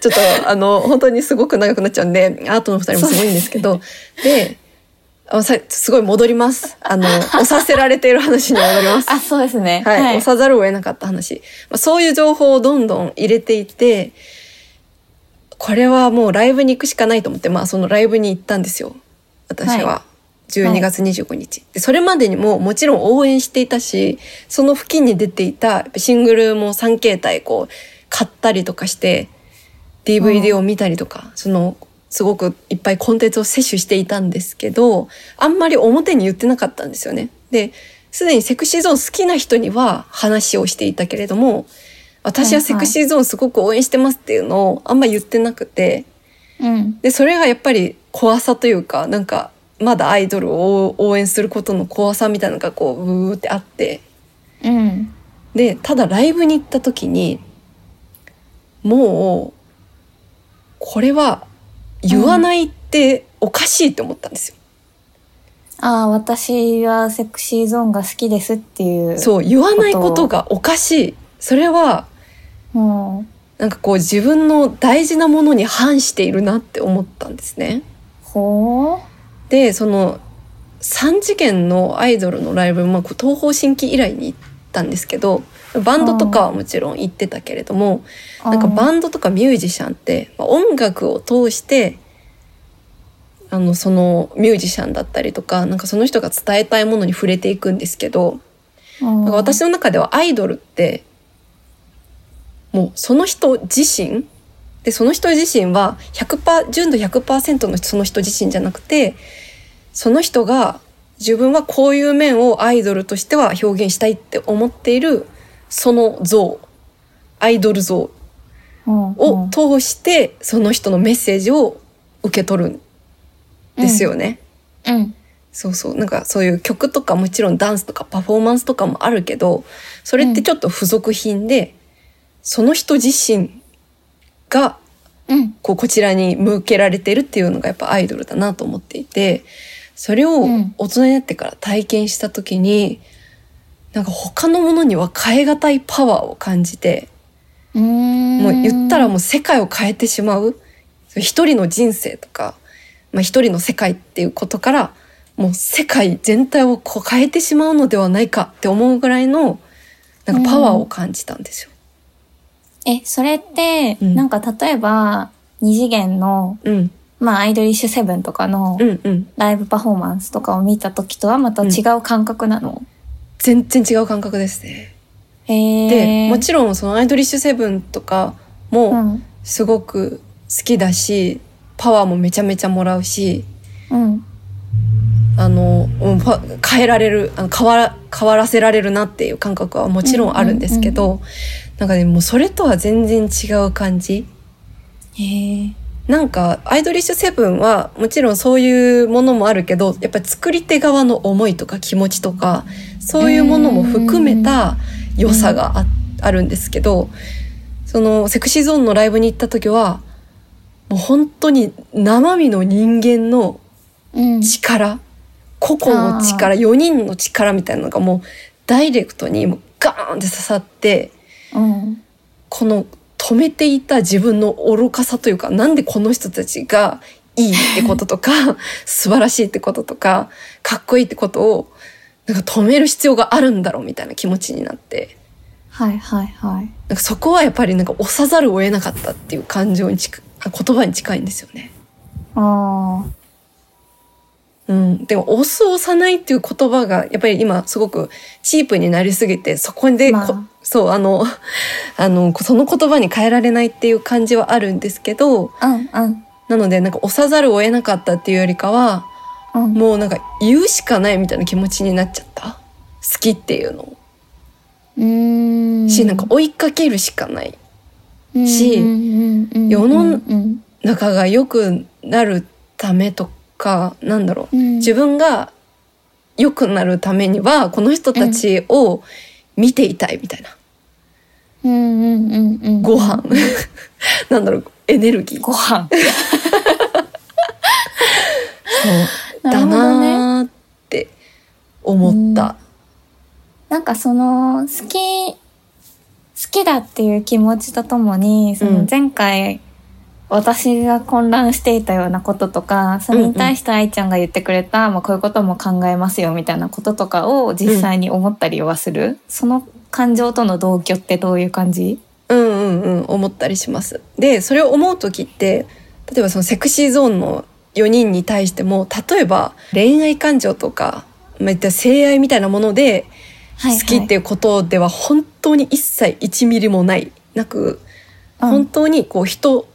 Speaker 2: ちょっとあの本当にすごく長くなっちゃうんで、アートの二人もすごいんですけど。で、あさすごい戻ります。あ の、押させられている話に戻ります。
Speaker 1: あ、そうですね。
Speaker 2: はい、押さざるを得なかった話。まあ、そういう情報をどんどん入れていって、これはもうライブに行くしかないと思って、まあそのライブに行ったんですよ。私
Speaker 1: は
Speaker 2: は。12月25日、で。それまでにももちろん応援していたし、その付近に出ていたやっぱシングルも3形態こう買ったりとかして、DVD を見たりとか、その、すごくいっぱいコンテンツを摂取していたんですけど、あんまり表に言ってなかったんですよね。で、すでにセクシーゾーン好きな人には話をしていたけれども、私はセクシーゾーンすごく応援してますっていうのをあんま言ってなくて、
Speaker 1: うん。
Speaker 2: で、それがやっぱり怖さというか、なんか、まだアイドルを応援することの怖さみたいなのがこう、うーってあって、
Speaker 1: うん。
Speaker 2: で、ただライブに行った時に、もう、これは言わないっておかしいって思ったんですよ。
Speaker 1: ああ、私はセクシーゾーンが好きですっていう。
Speaker 2: そう、言わないことがおかしい。それは、
Speaker 1: う。うん。
Speaker 2: なんかこう自分の大事なものに反しているなって思ったんですね。
Speaker 1: ほう。
Speaker 2: で、その、3次元のアイドルのライブ、まあ、こう東方神起以来に行ったんですけど、バンドとかはもちろん行ってたけれども、なんかバ
Speaker 1: ン
Speaker 2: ンドとかミュージシャンって、まあ、音楽を通してあのそのミュージシャンだったりとかなんかその人が伝えたいものに触れていくんですけど
Speaker 1: な
Speaker 2: なんか私の中ではアイドルってもうその人自身でその人自身は100%純度100%のその人自身じゃなくてその人が自分はこういう面をアイドルとしては表現したいって思っているその像アイドル像を
Speaker 1: を
Speaker 2: 通してその人のメッセージを受け取るんですよね。
Speaker 1: うん。
Speaker 2: そうそう。なんかそういう曲とかもちろんダンスとかパフォーマンスとかもあるけど、それってちょっと付属品で、その人自身が
Speaker 1: うん。
Speaker 2: こうこちらに向けられてるっていうのがやっぱアイドルだなと思っていて、それを
Speaker 1: うん
Speaker 2: 大人になってから体験した時に、なんか他のものには変え難いパワーを感じて、
Speaker 1: うーん。
Speaker 2: もう言ったらもう世界を変えてしまう。一人の人生とか、まあ、一人の世界っていうことから、もう世界全体をこう変えてしまうのではないかって思うぐらいの、なんかパワーを感じたんですよ。
Speaker 1: え、それって、
Speaker 2: うん
Speaker 1: なんか例えば、二次元の、
Speaker 2: うん、
Speaker 1: まあ、アイドリッシュセブンとかの
Speaker 2: うん、うん。
Speaker 1: ライブパフォーマンスとかを見た時とはまた違う感覚なの、
Speaker 2: 全然違う感覚ですね。
Speaker 1: へ
Speaker 2: で、
Speaker 1: え。
Speaker 2: もちろんそのアイドリッシュセブンとか
Speaker 1: う
Speaker 2: も
Speaker 1: ん。
Speaker 2: すごく好きだし、パワーもめちゃめちゃもらうし、
Speaker 1: うん。
Speaker 2: あの、うんパ変えられる、あの変わら、変わらせられるなっていう感覚はもちろんあるんですけど、なんかね、もうそれとは全然違う感じ。
Speaker 1: へえ。
Speaker 2: なんか、アイドリッシュセブンは、もちろんそういうものもあるけど、やっぱり作り手側の思いとか気持ちとか、そういうものも含めた良さがあ,、あるんですけど、その、セクシーゾーンのライブに行った時は、もう本当に生身の人間の
Speaker 1: うん。
Speaker 2: 力個々の力4人の力みたいなのがもうダイレクトにもうガーンって刺さって
Speaker 1: うん。
Speaker 2: この止めていた自分の愚かさというかなんでこの人たちがいいってこととか素晴らしいってこととかかっこいいってことをなんか止める必要があるんだろうみたいな気持ちになって
Speaker 1: はいはいはい。
Speaker 2: なんかそこはやっぱりなんか押さざるを得なかったっていう感情に近いあ言葉に近いんですよね。
Speaker 1: ああ。
Speaker 2: うん、でも「押す押さない」っていう言葉がやっぱり今すごくチープになりすぎてそこでこ、
Speaker 1: まあ
Speaker 2: そうあの あのその言葉に変えられないっていう感じはあるんですけど
Speaker 1: うんうん。
Speaker 2: なのでなんか押さざるを得なかったっていうよりかは
Speaker 1: うん、
Speaker 2: もうなんか言うしかないみたいな気持ちになっちゃった好きっていうのを
Speaker 1: うーん
Speaker 2: しなんか追いかけるしかないし世
Speaker 1: 世
Speaker 2: の
Speaker 1: うん
Speaker 2: 仲が良くなるためとかなんだろう
Speaker 1: うん、
Speaker 2: 自分が良くなるためにはこの人たちを見ていたいみたいな、
Speaker 1: うんうんうんうん、
Speaker 2: ご飯 なんだろうエネルギー
Speaker 1: ご飯なる
Speaker 2: そうだ
Speaker 1: ほどね
Speaker 2: なーって思った、
Speaker 1: なんかその好き好きだっていう気持ちとともにそうの
Speaker 2: ん
Speaker 1: 前回、私が混乱していたようなこととかそれに対して愛ちゃんが言ってくれた、まあ、こういうことも考えますよみたいなこととかを実際に思ったりはする、その感情との同居ってどういう感じ
Speaker 2: うん、うんうん思ったりしますでそれを思う時って例えばそのセクシーゾーンの4人に対しても例えば恋愛感情とか、まあ、いった性愛みたいなもので好きっていうことでは本当に一切1ミリもないなく
Speaker 1: うん
Speaker 2: 本当にこう人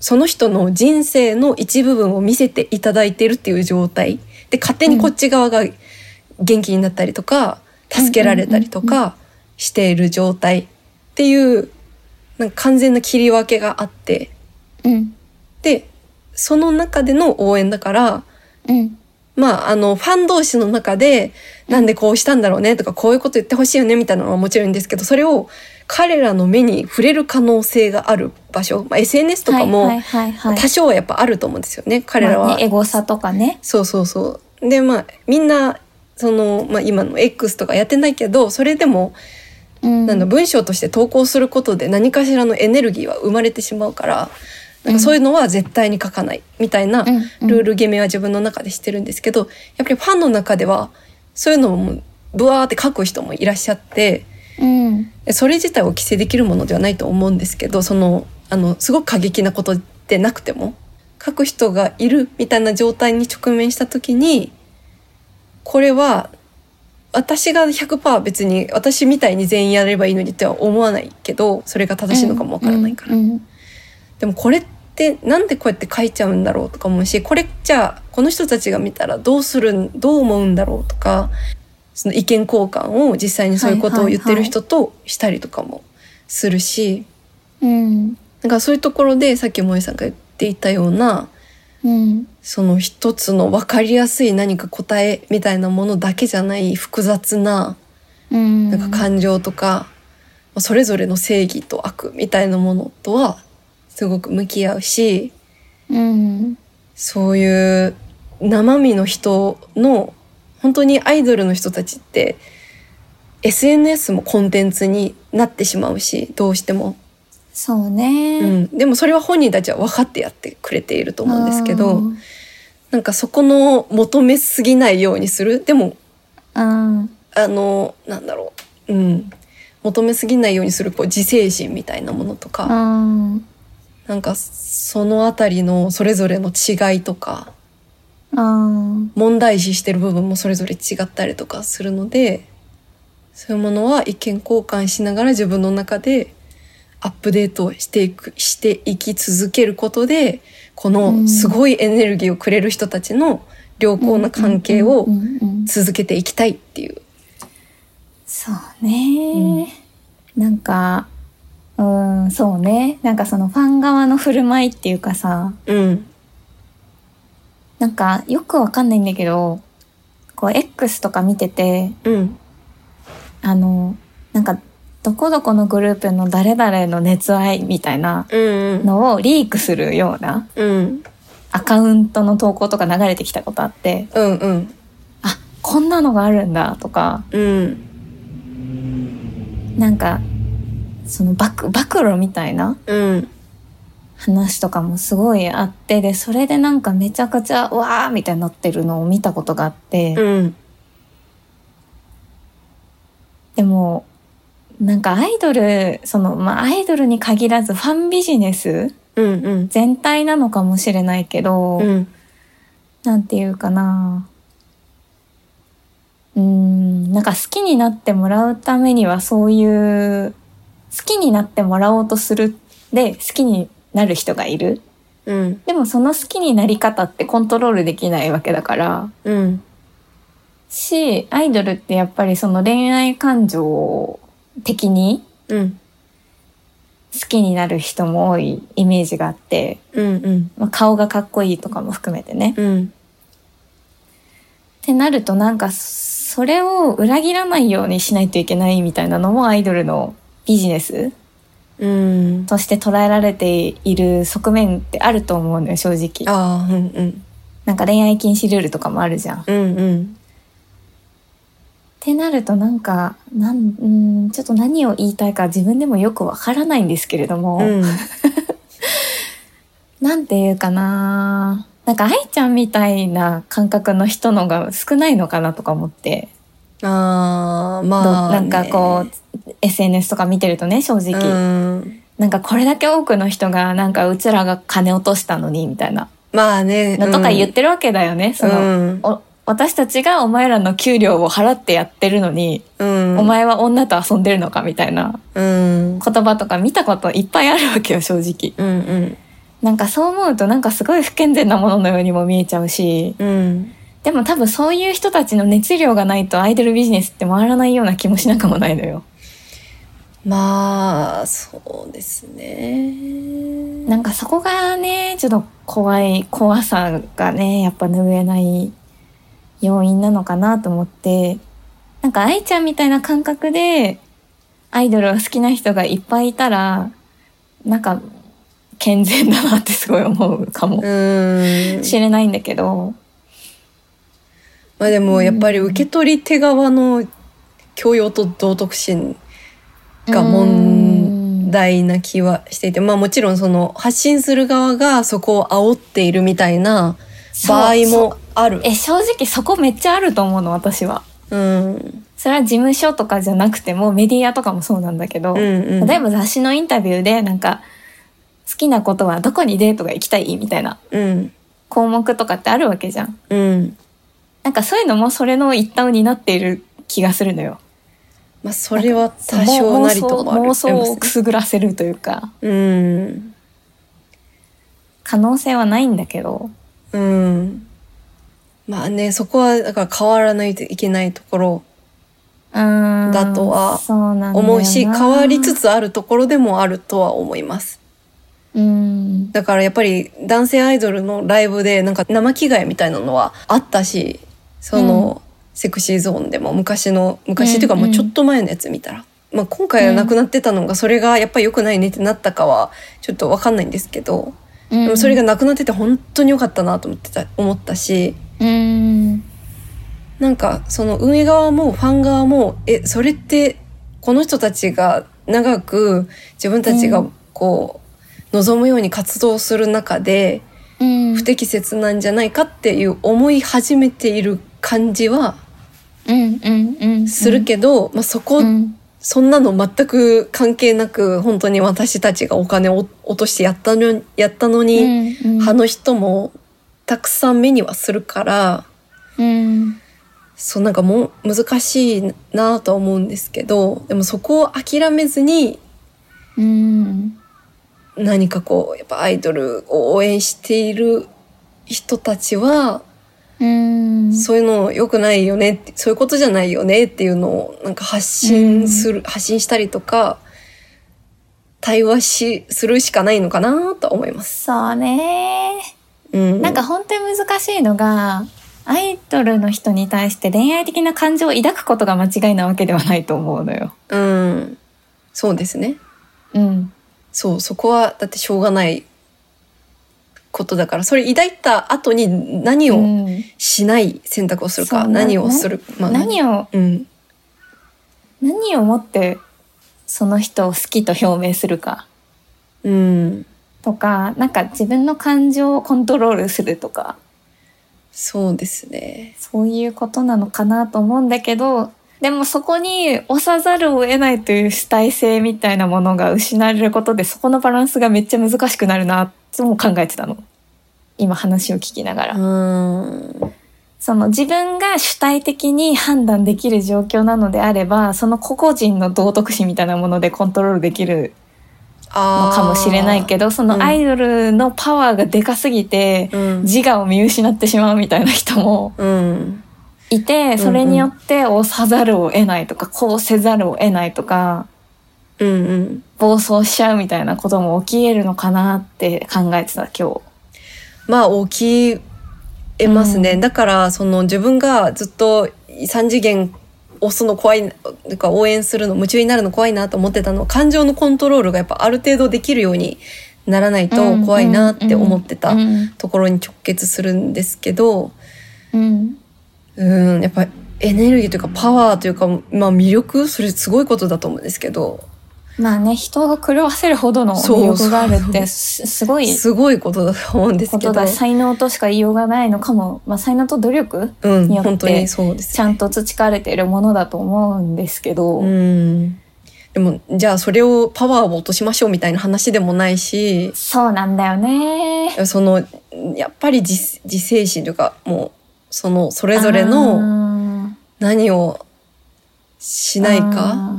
Speaker 2: その人の人生の一部分を見せていただいてるっていう状態で勝手にこっち側が元気になったりとか
Speaker 1: うん
Speaker 2: 助けられたりとかしている状態っていうなんか完全な切り分けがあって
Speaker 1: うん
Speaker 2: でその中での応援だから
Speaker 1: うん
Speaker 2: まあ、あの、ファン同士の中で、なんでこうしたんだろうねとか、こういうこと言ってほしいよねみたいなのはもちろんいいんですけど、それを彼らの目に触れる可能性がある場所、まあ、SNS とか
Speaker 1: は
Speaker 2: も
Speaker 1: いはいはいはい
Speaker 2: 多少はやっぱあると思うんですよね、彼ら
Speaker 1: まあ
Speaker 2: は
Speaker 1: ね、。エゴサとかね
Speaker 2: そうそうそう。で、まあ、みんな、その、まあ今の X とかやってないけど、それでも、
Speaker 1: うん
Speaker 2: なんだ、文章として投稿することで何かしらのエネルギーは生まれてしまうから、なんかそういうのは絶対に書かないみたいな、
Speaker 1: うんうん
Speaker 2: ルール決めは自分の中でしてるんですけど、やっぱりファンの中では、そういうのも、ブワーって書く人もいらっしゃって、
Speaker 1: うん
Speaker 2: それ自体を規制できるものではないと思うんですけど、その、あの、すごく過激なことでなくても、書く人がいるみたいな状態に直面した時に、これは、私が100%別に私みたいに全員やればいいのにっては思わないけど、それが正しいのかもわからないから
Speaker 1: う。ん
Speaker 2: でもこれってなんでこうやって書いちゃうんだろうとか思うしこれじゃあこの人たちが見たらどうするんどう思うんだろうとかその意見交換を実際にそういうことを言ってる人としたりとかもするし、
Speaker 1: うんうん
Speaker 2: なんかそういうところでさっき萌えさんが言っていたような
Speaker 1: うん
Speaker 2: その一つの分かりやすい何か答えみたいなものだけじゃない複雑な
Speaker 1: うん
Speaker 2: なんか感情とか、まあそれぞれの正義と悪みたいなものとはすごく向き合うし
Speaker 1: うん
Speaker 2: そういう生身の人の本当にアイドルの人たちって SNS もコンテンツになってしまうしどうしても、
Speaker 1: そう
Speaker 2: う
Speaker 1: ね、
Speaker 2: ん、でもそれは本人たちは分かってやってくれていると思うんですけど、
Speaker 1: うん
Speaker 2: なんかそこの求めすぎないようにするでも
Speaker 1: うん
Speaker 2: あのなんだろううん求めすぎないようにするこう自制心みたいなものとか、
Speaker 1: うん
Speaker 2: なんかそのあたりのそれぞれの違いとか
Speaker 1: うん
Speaker 2: 問題視してる部分もそれぞれ違ったりとかするのでそういうものは意見交換しながら自分の中でアップデートをしていくしていき続けることでこのすごいエネルギーをくれる人たちの良好な関係を
Speaker 1: うんうんうんうん
Speaker 2: 続けていきたいっていう。
Speaker 1: そうね、なんかうんそうねなんかそのファン側の振る舞いっていうかさ
Speaker 2: うん。
Speaker 1: なんかよくわかんないんだけどこう X とか見てて
Speaker 2: うん。
Speaker 1: あのなんかどこどこのグループの誰々の熱愛みたいな
Speaker 2: うん。
Speaker 1: のをリークするような
Speaker 2: うん。
Speaker 1: アカウントの投稿とか流れてきたことあって
Speaker 2: うん。うん。
Speaker 1: あこんなのがあるんだとか
Speaker 2: うん。
Speaker 1: なんかその暴暴露みたいな
Speaker 2: うん。
Speaker 1: 話とかもすごいあってでそれでなんかめちゃくちゃうわーみたいになってるのを見たことがあって、
Speaker 2: うん。
Speaker 1: でもなんかアイドルその、まあ、アイドルに限らずファンビジネス
Speaker 2: うん。うん。
Speaker 1: 全体なのかもしれないけど、
Speaker 2: うん。
Speaker 1: なんていうかなうーんなんか好きになってもらうためにはそういう好きになってもらおうとするで好きになる人がいる
Speaker 2: うん。
Speaker 1: でもその好きになり方ってコントロールできないわけだから
Speaker 2: うん。
Speaker 1: しアイドルってやっぱりその恋愛感情的に
Speaker 2: うん。
Speaker 1: 好きになる人も多いイメージがあって、
Speaker 2: うん。うん。
Speaker 1: まあ、顔がかっこいいとかも含めてね。
Speaker 2: うん。
Speaker 1: ってなるとなんかそれを裏切らないようにしないといけないみたいなのもアイドルのビジネス
Speaker 2: うん。
Speaker 1: として捉えられている側面ってあると思うのよ正直。
Speaker 2: ああ、うん。うん。
Speaker 1: なんか恋愛禁止ルールとかもあるじゃん。っ
Speaker 2: うん。うん。
Speaker 1: てなるとなんかなんうんちょっと何を言いたいか自分でもよくわからないんですけれども、
Speaker 2: うん。
Speaker 1: なんていうかななんか愛ちゃんみたいな感覚の人のが少ないのかなとか思って。
Speaker 2: ああ、
Speaker 1: ど
Speaker 2: まあ。
Speaker 1: なんかこう SNS とか見てるとね正
Speaker 2: う
Speaker 1: 直、
Speaker 2: うん。
Speaker 1: なんかこれだけ多くの人がなんかうちらが金落としたのにみたいな
Speaker 2: まあね。
Speaker 1: のとか言っててるわけだよね、その、
Speaker 2: うん。
Speaker 1: お私たちがお前らの給料を払ってやってるのに、
Speaker 2: うん。
Speaker 1: お。前は女と遊んでるのかみたいな
Speaker 2: うん。
Speaker 1: 言葉とか見たこといっぱいあるわけよ正直
Speaker 2: うん。うん。
Speaker 1: なんかそう思うとなんかすごい不健全なもののようにも見えちゃうし
Speaker 2: うん。
Speaker 1: でも多分そういう人たちの熱量がないとアイドルビジネスって回らないような気もしなくもないのよ
Speaker 2: まあ、そうですね。
Speaker 1: なんかそこがね、ちょっと怖い、怖さがね、やっぱ拭えない要因なのかなと思って、なんか愛ちゃんみたいな感覚で、アイドルを好きな人がいっぱいいたら、なんか、健全だなってすごい思うかも
Speaker 2: うん。
Speaker 1: しれないんだけど、
Speaker 2: まあでもやっぱり受け取り手側の教養と道徳心が問題な気はしていて、まあもちろんその発信する側がそこを煽っているみたいな場合
Speaker 1: そう。そう
Speaker 2: もある。
Speaker 1: え、正直そこめっちゃあると思うの、私は。
Speaker 2: うん。うん
Speaker 1: それは事務所とかじゃなくても、メディアとかもそうなんだけど、
Speaker 2: うん。
Speaker 1: 例えば雑誌のインタビューでなんか好きなことはどこにデートが行きたいみたいな
Speaker 2: うん。
Speaker 1: 項目とかってあるわけじゃん。
Speaker 2: うん。
Speaker 1: なんかそういうのもそれの一端を担っている気がするのよ。
Speaker 2: まあそれは多少なりともある。
Speaker 1: 妄想妄想をくすぐらせるというか
Speaker 2: うん。
Speaker 1: 可能性はないんだけど。
Speaker 2: うん。まあね、そこはだから変わらないといけないところ
Speaker 1: うーん
Speaker 2: だとは
Speaker 1: そうなんだよな
Speaker 2: 思うし、変わりつつあるところでもあるとは思います。
Speaker 1: ううん
Speaker 2: だからやっぱり男性アイドルのライブでなんか生着替えみたいなのはあったし、そのセクシーゾーンでも昔の、昔っていうか
Speaker 1: うんうん
Speaker 2: もうちょっと前のやつ見たら。まあ今回はなくなってたのがそれがやっぱり良くないねってなったかはちょっとわかんないんですけど、
Speaker 1: うん
Speaker 2: でもそれがなくなってて本当に良かったなと思ってた、思ったし、
Speaker 1: うん
Speaker 2: なんかその運営側もファン側もえそれってこの人たちが長く自分たちがこう、望むように活動する中で
Speaker 1: うん
Speaker 2: 不適切なんじゃないかっていう思い始めている感じは
Speaker 1: うんうんうん
Speaker 2: するけど、まあ、そこ、
Speaker 1: うん
Speaker 2: そんなの全く関係なく本当に私たちがお金を落としてやったのやったの
Speaker 1: う
Speaker 2: に、
Speaker 1: んうん
Speaker 2: あの人もたくさん目にはするから。
Speaker 1: うん
Speaker 2: そうなんかもう難しいなとは思うんですけどでもそこを諦めずに
Speaker 1: うん
Speaker 2: 何かこうやっぱアイドルを応援している人たちは、
Speaker 1: うん
Speaker 2: そういうの良くないよねってそういうことじゃないよねっていうのをなんか発信する、発信したりとか対話しするしかないのかなとは思います。
Speaker 1: そうね
Speaker 2: うん、
Speaker 1: なんか本当に難しいのがアイドルの人に対して恋愛的な感情を抱くことが間違いなわけではないと思うのよ。
Speaker 2: うんそうですね
Speaker 1: うん、
Speaker 2: そう、そこはだってしょうがないことだから、それ抱いた後に何を
Speaker 1: うん
Speaker 2: しない選択をする
Speaker 1: そ
Speaker 2: か、
Speaker 1: うな
Speaker 2: 何をする、まあ、
Speaker 1: 何を
Speaker 2: うん、
Speaker 1: 何をもってその人を好きと表明するか
Speaker 2: うん、
Speaker 1: とかなんか自分の感情をコントロールするとか
Speaker 2: そうですね。
Speaker 1: そういうことなのかなと思うんだけどでもそこに押さざるを得ないという主体性みたいなものが失われることでそこのバランスがめっちゃ難しくなるなっても考えてたの今話を聞きながら。
Speaker 2: うん、
Speaker 1: その自分が主体的に判断できる状況なのであればその個々人の道徳心みたいなものでコントロールできるの
Speaker 2: あー
Speaker 1: かもしれないけどそ
Speaker 2: うん
Speaker 1: のアイドルのパワーがでかすぎて、
Speaker 2: うん、
Speaker 1: 自我を見失ってしまうみたいな人も
Speaker 2: うん、
Speaker 1: いてそれによって押さざるを得ないとかこうせざるを得ないとか
Speaker 2: うん、うん。
Speaker 1: 暴走しちゃうみたいなことも起きえるのかなって考えてた今日。
Speaker 2: まあ起きえますね、だからその自分がずっと3次元押すの怖いなんか応援するの夢中になるの怖いなと思ってたの感情のコントロールがやっぱある程度できるようにならないと怖いなって思ってた
Speaker 1: うん
Speaker 2: ところに直結するんですけど
Speaker 1: うん
Speaker 2: うんやっぱエネルギーというかパワーというか、まあ、魅力それすごいことだと思うんですけど
Speaker 1: まあね人を狂わせるほどの魅力があるってすすごい
Speaker 2: すごいことだと思うんです
Speaker 1: こ
Speaker 2: けど
Speaker 1: とだし才能としか言いようがないのかも、まあ、才能と努力
Speaker 2: うん
Speaker 1: によって
Speaker 2: 本当にそうです
Speaker 1: ちゃんと培われているものだと思うんですけど、
Speaker 2: うん。でも、じゃあそれをパワーを落としましょうみたいな話でもないし、
Speaker 1: そうなんだよね。
Speaker 2: その、やっぱり自自制心というか、もう、その、それぞれの
Speaker 1: の
Speaker 2: 何をしないか、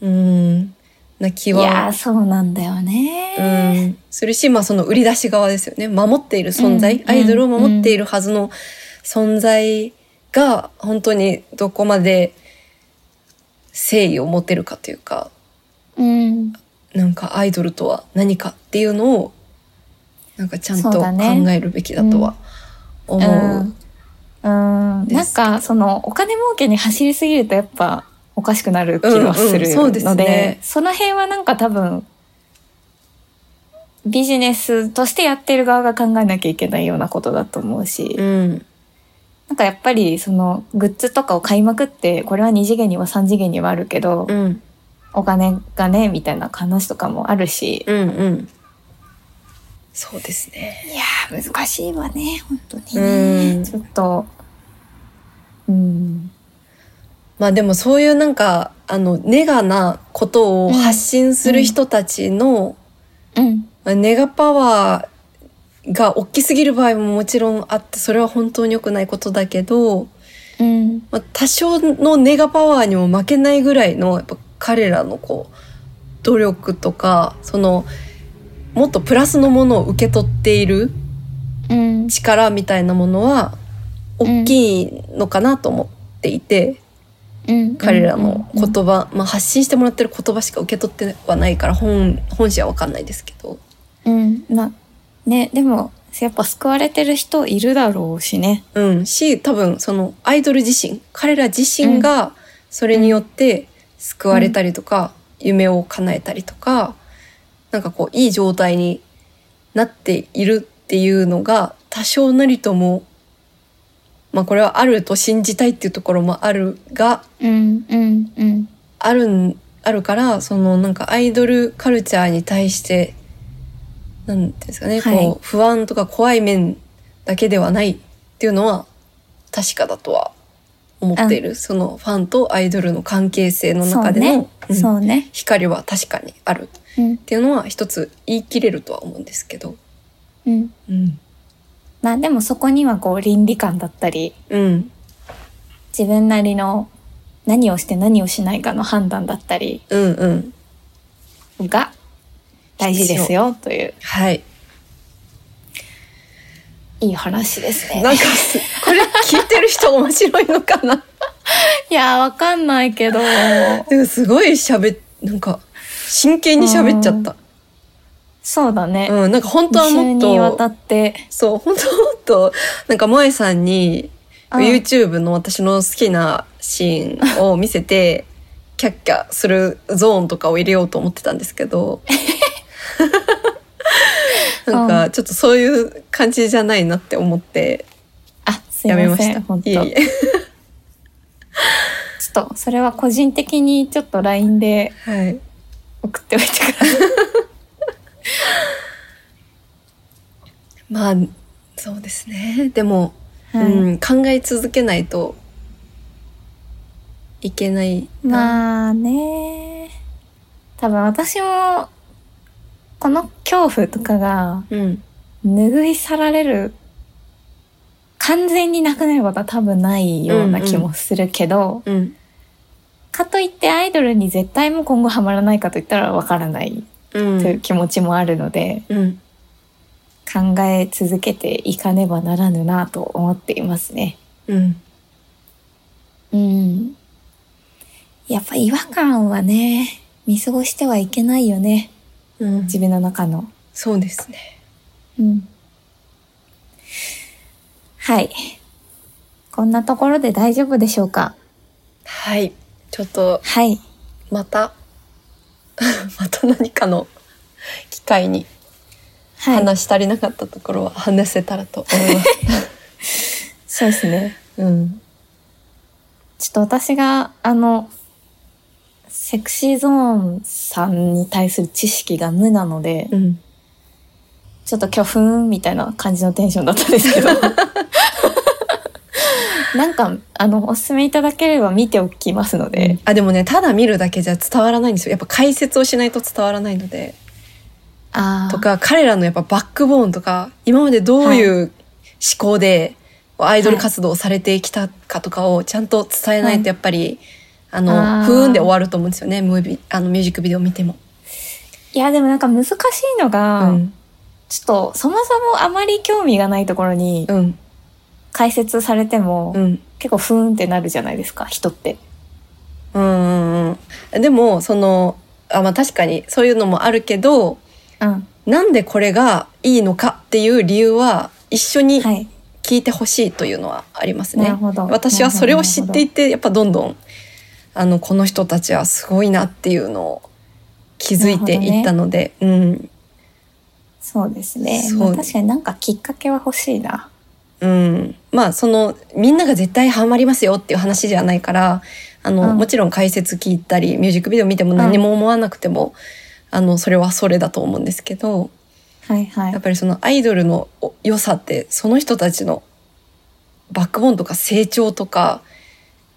Speaker 2: うん、な気
Speaker 1: いやー
Speaker 2: は、
Speaker 1: そうなんだよ
Speaker 2: う
Speaker 1: ね。
Speaker 2: ん、するし、まあその売り出し側ですよね。守っている存在、
Speaker 1: うん
Speaker 2: アイドルを守っているはずの存在が、本当にどこまで誠意を持てるかというか、
Speaker 1: うん
Speaker 2: なんかアイドルとは何かっていうのをなんかちゃんと
Speaker 1: そう
Speaker 2: 考
Speaker 1: だね
Speaker 2: えるべきだとは思
Speaker 1: うん
Speaker 2: う。
Speaker 1: うん
Speaker 2: で
Speaker 1: なん
Speaker 2: すけど
Speaker 1: かそのお金儲けに走りすぎるとやっぱおかしくなる気はするので,、
Speaker 2: うんうんそうですね
Speaker 1: その辺はなんか多分ビジネスとしてやってる側が考えなきゃいけないようなことだと思うし、
Speaker 2: うん、
Speaker 1: なんかやっぱりそのグッズとかを買いまくってこれは2次元には3次元にはあるけど、
Speaker 2: うん、
Speaker 1: お金がねみたいな話とかもあるし
Speaker 2: うん、うん。そうですね。
Speaker 1: いやー難しいわね本当に
Speaker 2: うん
Speaker 1: ちょっとうん
Speaker 2: まあでもそういうなんか、あの、ネガなことを発信する人たちの、
Speaker 1: うん
Speaker 2: まあネガパワーが大きすぎる場合ももちろんあって、それは本当に良くないことだけど、
Speaker 1: うん
Speaker 2: まあ、多少のネガパワーにも負けないぐらいのやっぱ彼らのこう努力とかそのもっとプラスのものを受け取っている
Speaker 1: うん
Speaker 2: 力みたいなものは大きいのかなと思っていて、
Speaker 1: うん
Speaker 2: 彼らの
Speaker 1: うんう
Speaker 2: 言
Speaker 1: ん
Speaker 2: 葉、まあ、発信してもらってる言葉しか受け取ってはないから本本心は分かんないですけど
Speaker 1: うん、なねでもやっぱ救われてる人いるだろうしね
Speaker 2: うんし多分そのアイドル自身彼ら自身がそれによって救われたりとか、夢を叶えたりとかなんかこういい状態になっているっていうのが多少なりともまあこれはあると信じたいっていうところもあるが
Speaker 1: うんうんうん
Speaker 2: あるんあるからそのなんかアイドルカルチャーに対してなんていうんですかね、
Speaker 1: はい
Speaker 2: こう不安とか怖い面だけではないっていうのは確かだとは思っている、そのファンとアイドルの関係性の中での、うん
Speaker 1: そうね
Speaker 2: 光は確かにあるっ
Speaker 1: うん
Speaker 2: ていうのは一つ言い切れるとは思うんですけど、
Speaker 1: うん
Speaker 2: うん
Speaker 1: まあでもそこにはこう倫理観だったり
Speaker 2: うん
Speaker 1: 自分なりの何をして何をしないかの判断だったり
Speaker 2: うんうん
Speaker 1: が大事ですよという
Speaker 2: はい
Speaker 1: いい話ですね。
Speaker 2: なんかすこれ聞いてる人面白いのかない
Speaker 1: やーわかんないけど
Speaker 2: なんかすごい喋っなんか真剣に喋っちゃった。
Speaker 1: そうだね。
Speaker 2: うん、なんか本当は
Speaker 1: 二週
Speaker 2: もっ
Speaker 1: にわた
Speaker 2: と、
Speaker 1: って
Speaker 2: そう、本当はもっと、なんか萌えさんに、
Speaker 1: うん
Speaker 2: YouTube の私の好きなシーンを見せて、キャッキャするゾーンとかを入れようと思ってたんです けど、なんかちょっとそういう感じじゃないなって思って
Speaker 1: あすい
Speaker 2: やめ
Speaker 1: ま
Speaker 2: ま
Speaker 1: せ
Speaker 2: した。
Speaker 1: ん本当
Speaker 2: いえいえ
Speaker 1: ちょっとそれは個人的にちょっと LINE で
Speaker 2: はい。
Speaker 1: 送っておいてください。
Speaker 2: まあ、そうですね。でも、
Speaker 1: はい
Speaker 2: うん、考え続けないといけないな。
Speaker 1: まあね多分私もこの恐怖とかが
Speaker 2: うん。
Speaker 1: 拭い去られる完全になくなることは多分ないような気もするけど、
Speaker 2: うん。
Speaker 1: かといってアイドルに絶対もう今後ハマらないかといったらわからない
Speaker 2: うん。
Speaker 1: という気持ちもあるので、
Speaker 2: うん。
Speaker 1: 考え続けていかねばならぬなと思っていますね。
Speaker 2: うん。
Speaker 1: うん。やっぱ違和感はね、見過ごしてはいけないよね。
Speaker 2: うん
Speaker 1: 自分の中の。
Speaker 2: そうですね。
Speaker 1: うん。はい。こんなところで大丈夫でしょうか
Speaker 2: はい。ちょっと、
Speaker 1: はい。
Speaker 2: また、 また何かの機会に
Speaker 1: はい。
Speaker 2: 話し足りなかったところは話せたらと思います。
Speaker 1: そうですね。
Speaker 2: うん。
Speaker 1: ちょっと私が、あの、セクシーゾーンさんに対する知識が無なので、
Speaker 2: うん。
Speaker 1: ちょっと今日、ふーんみたいな感じのテンションだったんです けど。なんか、あの、おすすめいただければ見ておきますので、
Speaker 2: あ、でもね、ただ見るだけじゃ伝わらないんですよ。やっぱ解説をしないと伝わらないので。
Speaker 1: あー
Speaker 2: とか、彼らのやっぱバックボーンとか、今までどういう思考で、アイドル活動をされてきたかとかをちゃんと伝えない
Speaker 1: はい
Speaker 2: とやっぱり、あ
Speaker 1: あ
Speaker 2: の、
Speaker 1: ー
Speaker 2: 不運で終わると思うんですよね。ムービー、あの、ミュージックビデオ見ても。
Speaker 1: いや、でもなんか難しいのが、
Speaker 2: うん。
Speaker 1: ちょっと、そもそもあまり興味がないところに
Speaker 2: うん。
Speaker 1: 解説されても、
Speaker 2: うん。
Speaker 1: 結構ふーんってなるじゃないですか、人って。
Speaker 2: うんうんうん、でもそのあ、まあ、確かにそういうのもあるけど
Speaker 1: うん。
Speaker 2: なんでこれがいいのかっていう理由は一緒に
Speaker 1: はい。
Speaker 2: 聞いてほしいというのはあります
Speaker 1: な
Speaker 2: ね。
Speaker 1: るほど。
Speaker 2: 私はそれを知ってい
Speaker 1: い
Speaker 2: てやっぱどんどんあのこの人たちはすごいなっていうのを気づいていったので、
Speaker 1: そうですね。
Speaker 2: そう
Speaker 1: まあ確かになんかきっかけは欲しいな。
Speaker 2: うん、うん、まあそのみんなが絶対ハマりますよっていう話じゃないからあの、
Speaker 1: うん
Speaker 2: もちろん解説聞いたりミュージックビデオ見ても何も思わなくても、あのそれはそれだと思うんですけど。
Speaker 1: はいはい
Speaker 2: やっ。ぱりそのアイドルのお良さってその人たちのバックボーンとか成長とか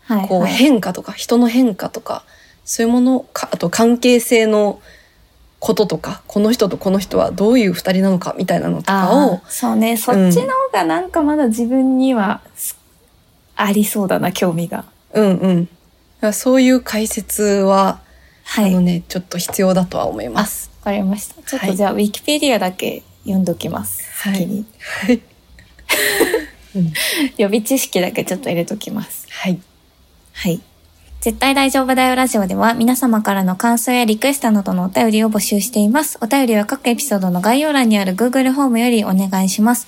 Speaker 1: はい、
Speaker 2: こう
Speaker 1: はい。
Speaker 2: 変化とか人の変化とかそういうものかあと関係性のこととかこの人とこの人はどういう二人なのかみたいなのとかを
Speaker 1: ああ、そうね。そっちの方がなんかまだ自分にはすありそうだな、興味が。
Speaker 2: うんうんだからそういう解説は、
Speaker 1: は
Speaker 2: あ
Speaker 1: い。
Speaker 2: の
Speaker 1: わ
Speaker 2: ねちょっと必要だとは思います。
Speaker 1: かりました。ちょっ
Speaker 2: は
Speaker 1: と
Speaker 2: い
Speaker 1: じゃあ、ウィキペディアだけ読んどきます。
Speaker 2: はい
Speaker 1: 先に。
Speaker 2: はい、
Speaker 1: 予備知識だけちょっと入れときます。
Speaker 2: はい、
Speaker 1: はい。絶対大丈夫だよラジオでは皆様からの感想やリクエストなどのお便りを募集しています。お便りは各エピソードの概要欄にある Google フォームよりお願いします。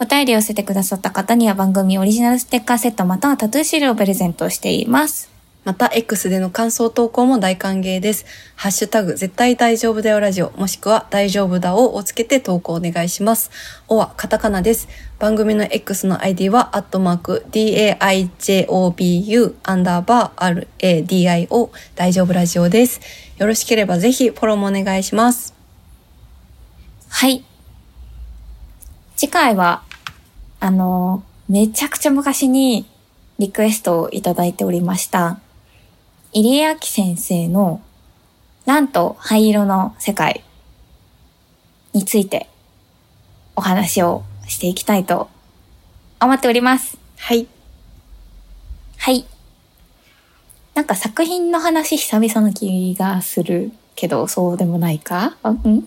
Speaker 1: お便りを寄せてくださった方には番組オリジナルステッカーセットまたはタトゥーシールをプレゼントしています。
Speaker 2: また X での感想投稿も大歓迎です。ハッシュタグ絶対大丈夫だよラジオもしくは大丈夫だををつけて投稿お願いします。おはカタカナです。番組の X の ID はアットマーク DAIJOBU アンダーバー RADIO 大丈夫ラジオです。よろしければぜひフォローもお願いします。
Speaker 1: はい。次回は、あの、めちゃくちゃ昔にリクエストをいただいておりました。入江明先生の蘭と灰色の世界についてお話をしていきたいと思っております。
Speaker 2: はい。
Speaker 1: はい。なんか作品の話久々な気がするけど、そうでもないかあうん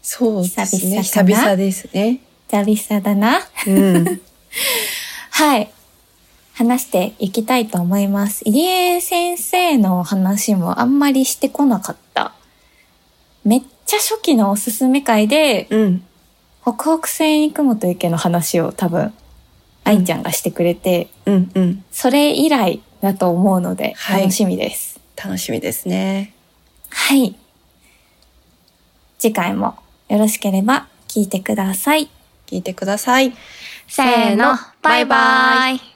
Speaker 2: そうですね。
Speaker 1: 久
Speaker 2: 久
Speaker 1: 々かな
Speaker 2: 々ですね。
Speaker 1: 久々だな。
Speaker 2: うん。
Speaker 1: はい。話していきたいと思います。入江先生の話もあんまりしてこなかった。めっちゃ初期のおすすめ会で、
Speaker 2: うん。
Speaker 1: 北北西に雲と池の話を多分、愛ちゃんがしてくれて、
Speaker 2: うん。うん。
Speaker 1: それ以来だと思うので、
Speaker 2: はい
Speaker 1: 楽しみです。
Speaker 2: 楽しみですね。
Speaker 1: はい。次回もよろしければ聞いてください。
Speaker 2: 聞いてください。
Speaker 1: せ
Speaker 2: ーのバイバ
Speaker 1: イ。